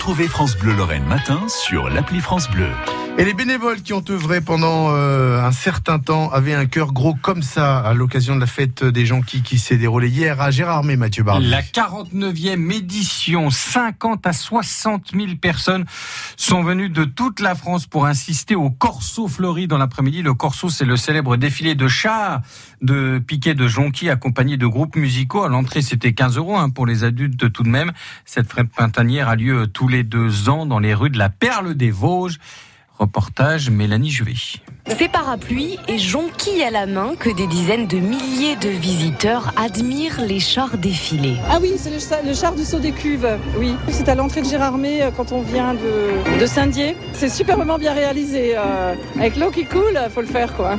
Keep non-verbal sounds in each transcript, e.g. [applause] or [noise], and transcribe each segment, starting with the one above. Retrouvez France Bleu Lorraine Matin sur l'appli France Bleu. Et les bénévoles qui ont œuvré pendant euh, un certain temps avaient un cœur gros comme ça à l'occasion de la fête des gens qui, qui s'est déroulée hier à Gérardmer, Mathieu Barbier. La 49e édition, 50 à 60 000 personnes sont venues de toute la France pour assister au Corso Fleury dans l'après-midi. Le Corso, c'est le célèbre défilé de chars de piquets de jonquilles accompagnés de groupes musicaux. À l'entrée, c'était 15 euros hein, pour les adultes tout de même. Cette fête printanière a lieu tous les deux ans dans les rues de la Perle des Vosges. Reportage Mélanie Juvet. Ces parapluies et jonquilles à la main que des dizaines de milliers de visiteurs admirent les chars défilés. Ah oui, c'est le, cha- le char du saut des cuves, oui. C'est à l'entrée de Gérardmer euh, quand on vient de, de Saint-Dié. C'est superbement bien réalisé. euh, avec l'eau qui coule, faut le faire quoi.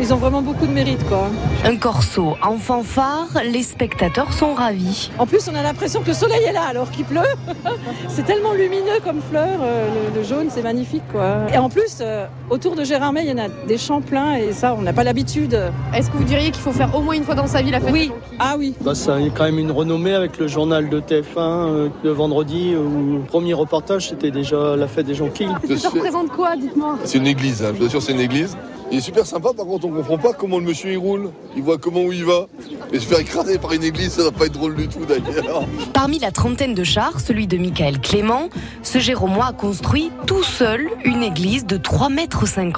Ils ont vraiment beaucoup de mérite quoi. Un corso en fanfare, les spectateurs sont ravis. En plus, on a l'impression que le soleil est là alors qu'il pleut. [laughs] c'est tellement lumineux comme fleur, euh, le, le jaune, c'est magnifique quoi. Et en plus, euh, autour de Gérardmer, il y en a des champs pleins et ça, on n'a pas l'habitude. Est-ce que vous diriez qu'il faut faire au moins une fois dans sa vie la fête Oui, ah oui. Bah, ça y a quand même une renommée avec le journal de TF1 euh, de vendredi où le premier reportage c'était déjà la fête des jonquilles. Je Ça sais- représente quoi, dites-moi C'est une église, hein. je vous assure, c'est une église. Il est super sympa, par contre, on comprend pas comment le monsieur il roule. Il voit comment où il va. Et se faire écraser par une église, ça va pas être drôle du tout d'ailleurs. Parmi la trentaine de chars, celui de Michael Clément, ce Jérômois a construit tout seul une église de 3,50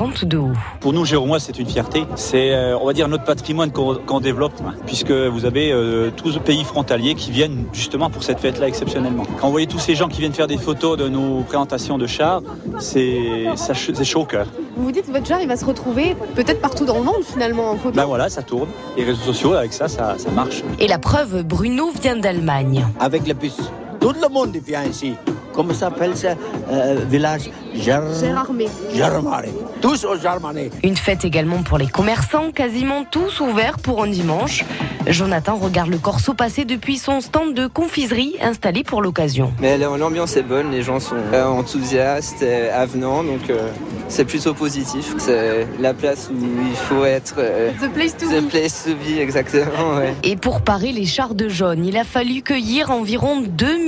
mètres de haut. Pour nous, Jérômois, c'est une fierté. C'est, euh, on va dire, notre patrimoine qu'on qu'on développe, hein, puisque vous avez euh, tous les pays frontaliers qui viennent justement pour cette fête-là exceptionnellement. Quand vous voyez tous ces gens qui viennent faire des photos de nos présentations de chars, c'est ça ch- c'est chaud au cœur. Vous vous dites votre genre, il va se retrouver peut-être partout dans le monde finalement en Bah photo. Ben voilà, ça tourne. Les réseaux sociaux, avec ça, ça, ça marche. Et la preuve, Bruno vient d'Allemagne. avec le bus. Tout le monde vient ici. Comment s'appelle ce euh, village Ger- Gérardmer. Germany. Tous aux Germanais. Une fête également pour les commerçants, quasiment tous ouverts pour un dimanche. Jonathan regarde le corso passer depuis son stand de confiserie installé pour l'occasion. Mais là, l'ambiance est bonne, les gens sont euh, enthousiastes, et avenants, donc euh, c'est plutôt positif. C'est la place où il faut être. euh, The place to the be. place to be, exactement. ouais. Et pour parer les chars de jaune, il a fallu cueillir environ 2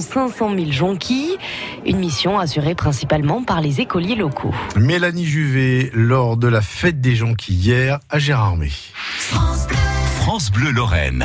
500 000 jonquilles, une mission assurée principalement par les écoliers locaux. Mélanie Juvet lors de la fête des gens qui hier à Gérardmer. France Bleu Lorraine.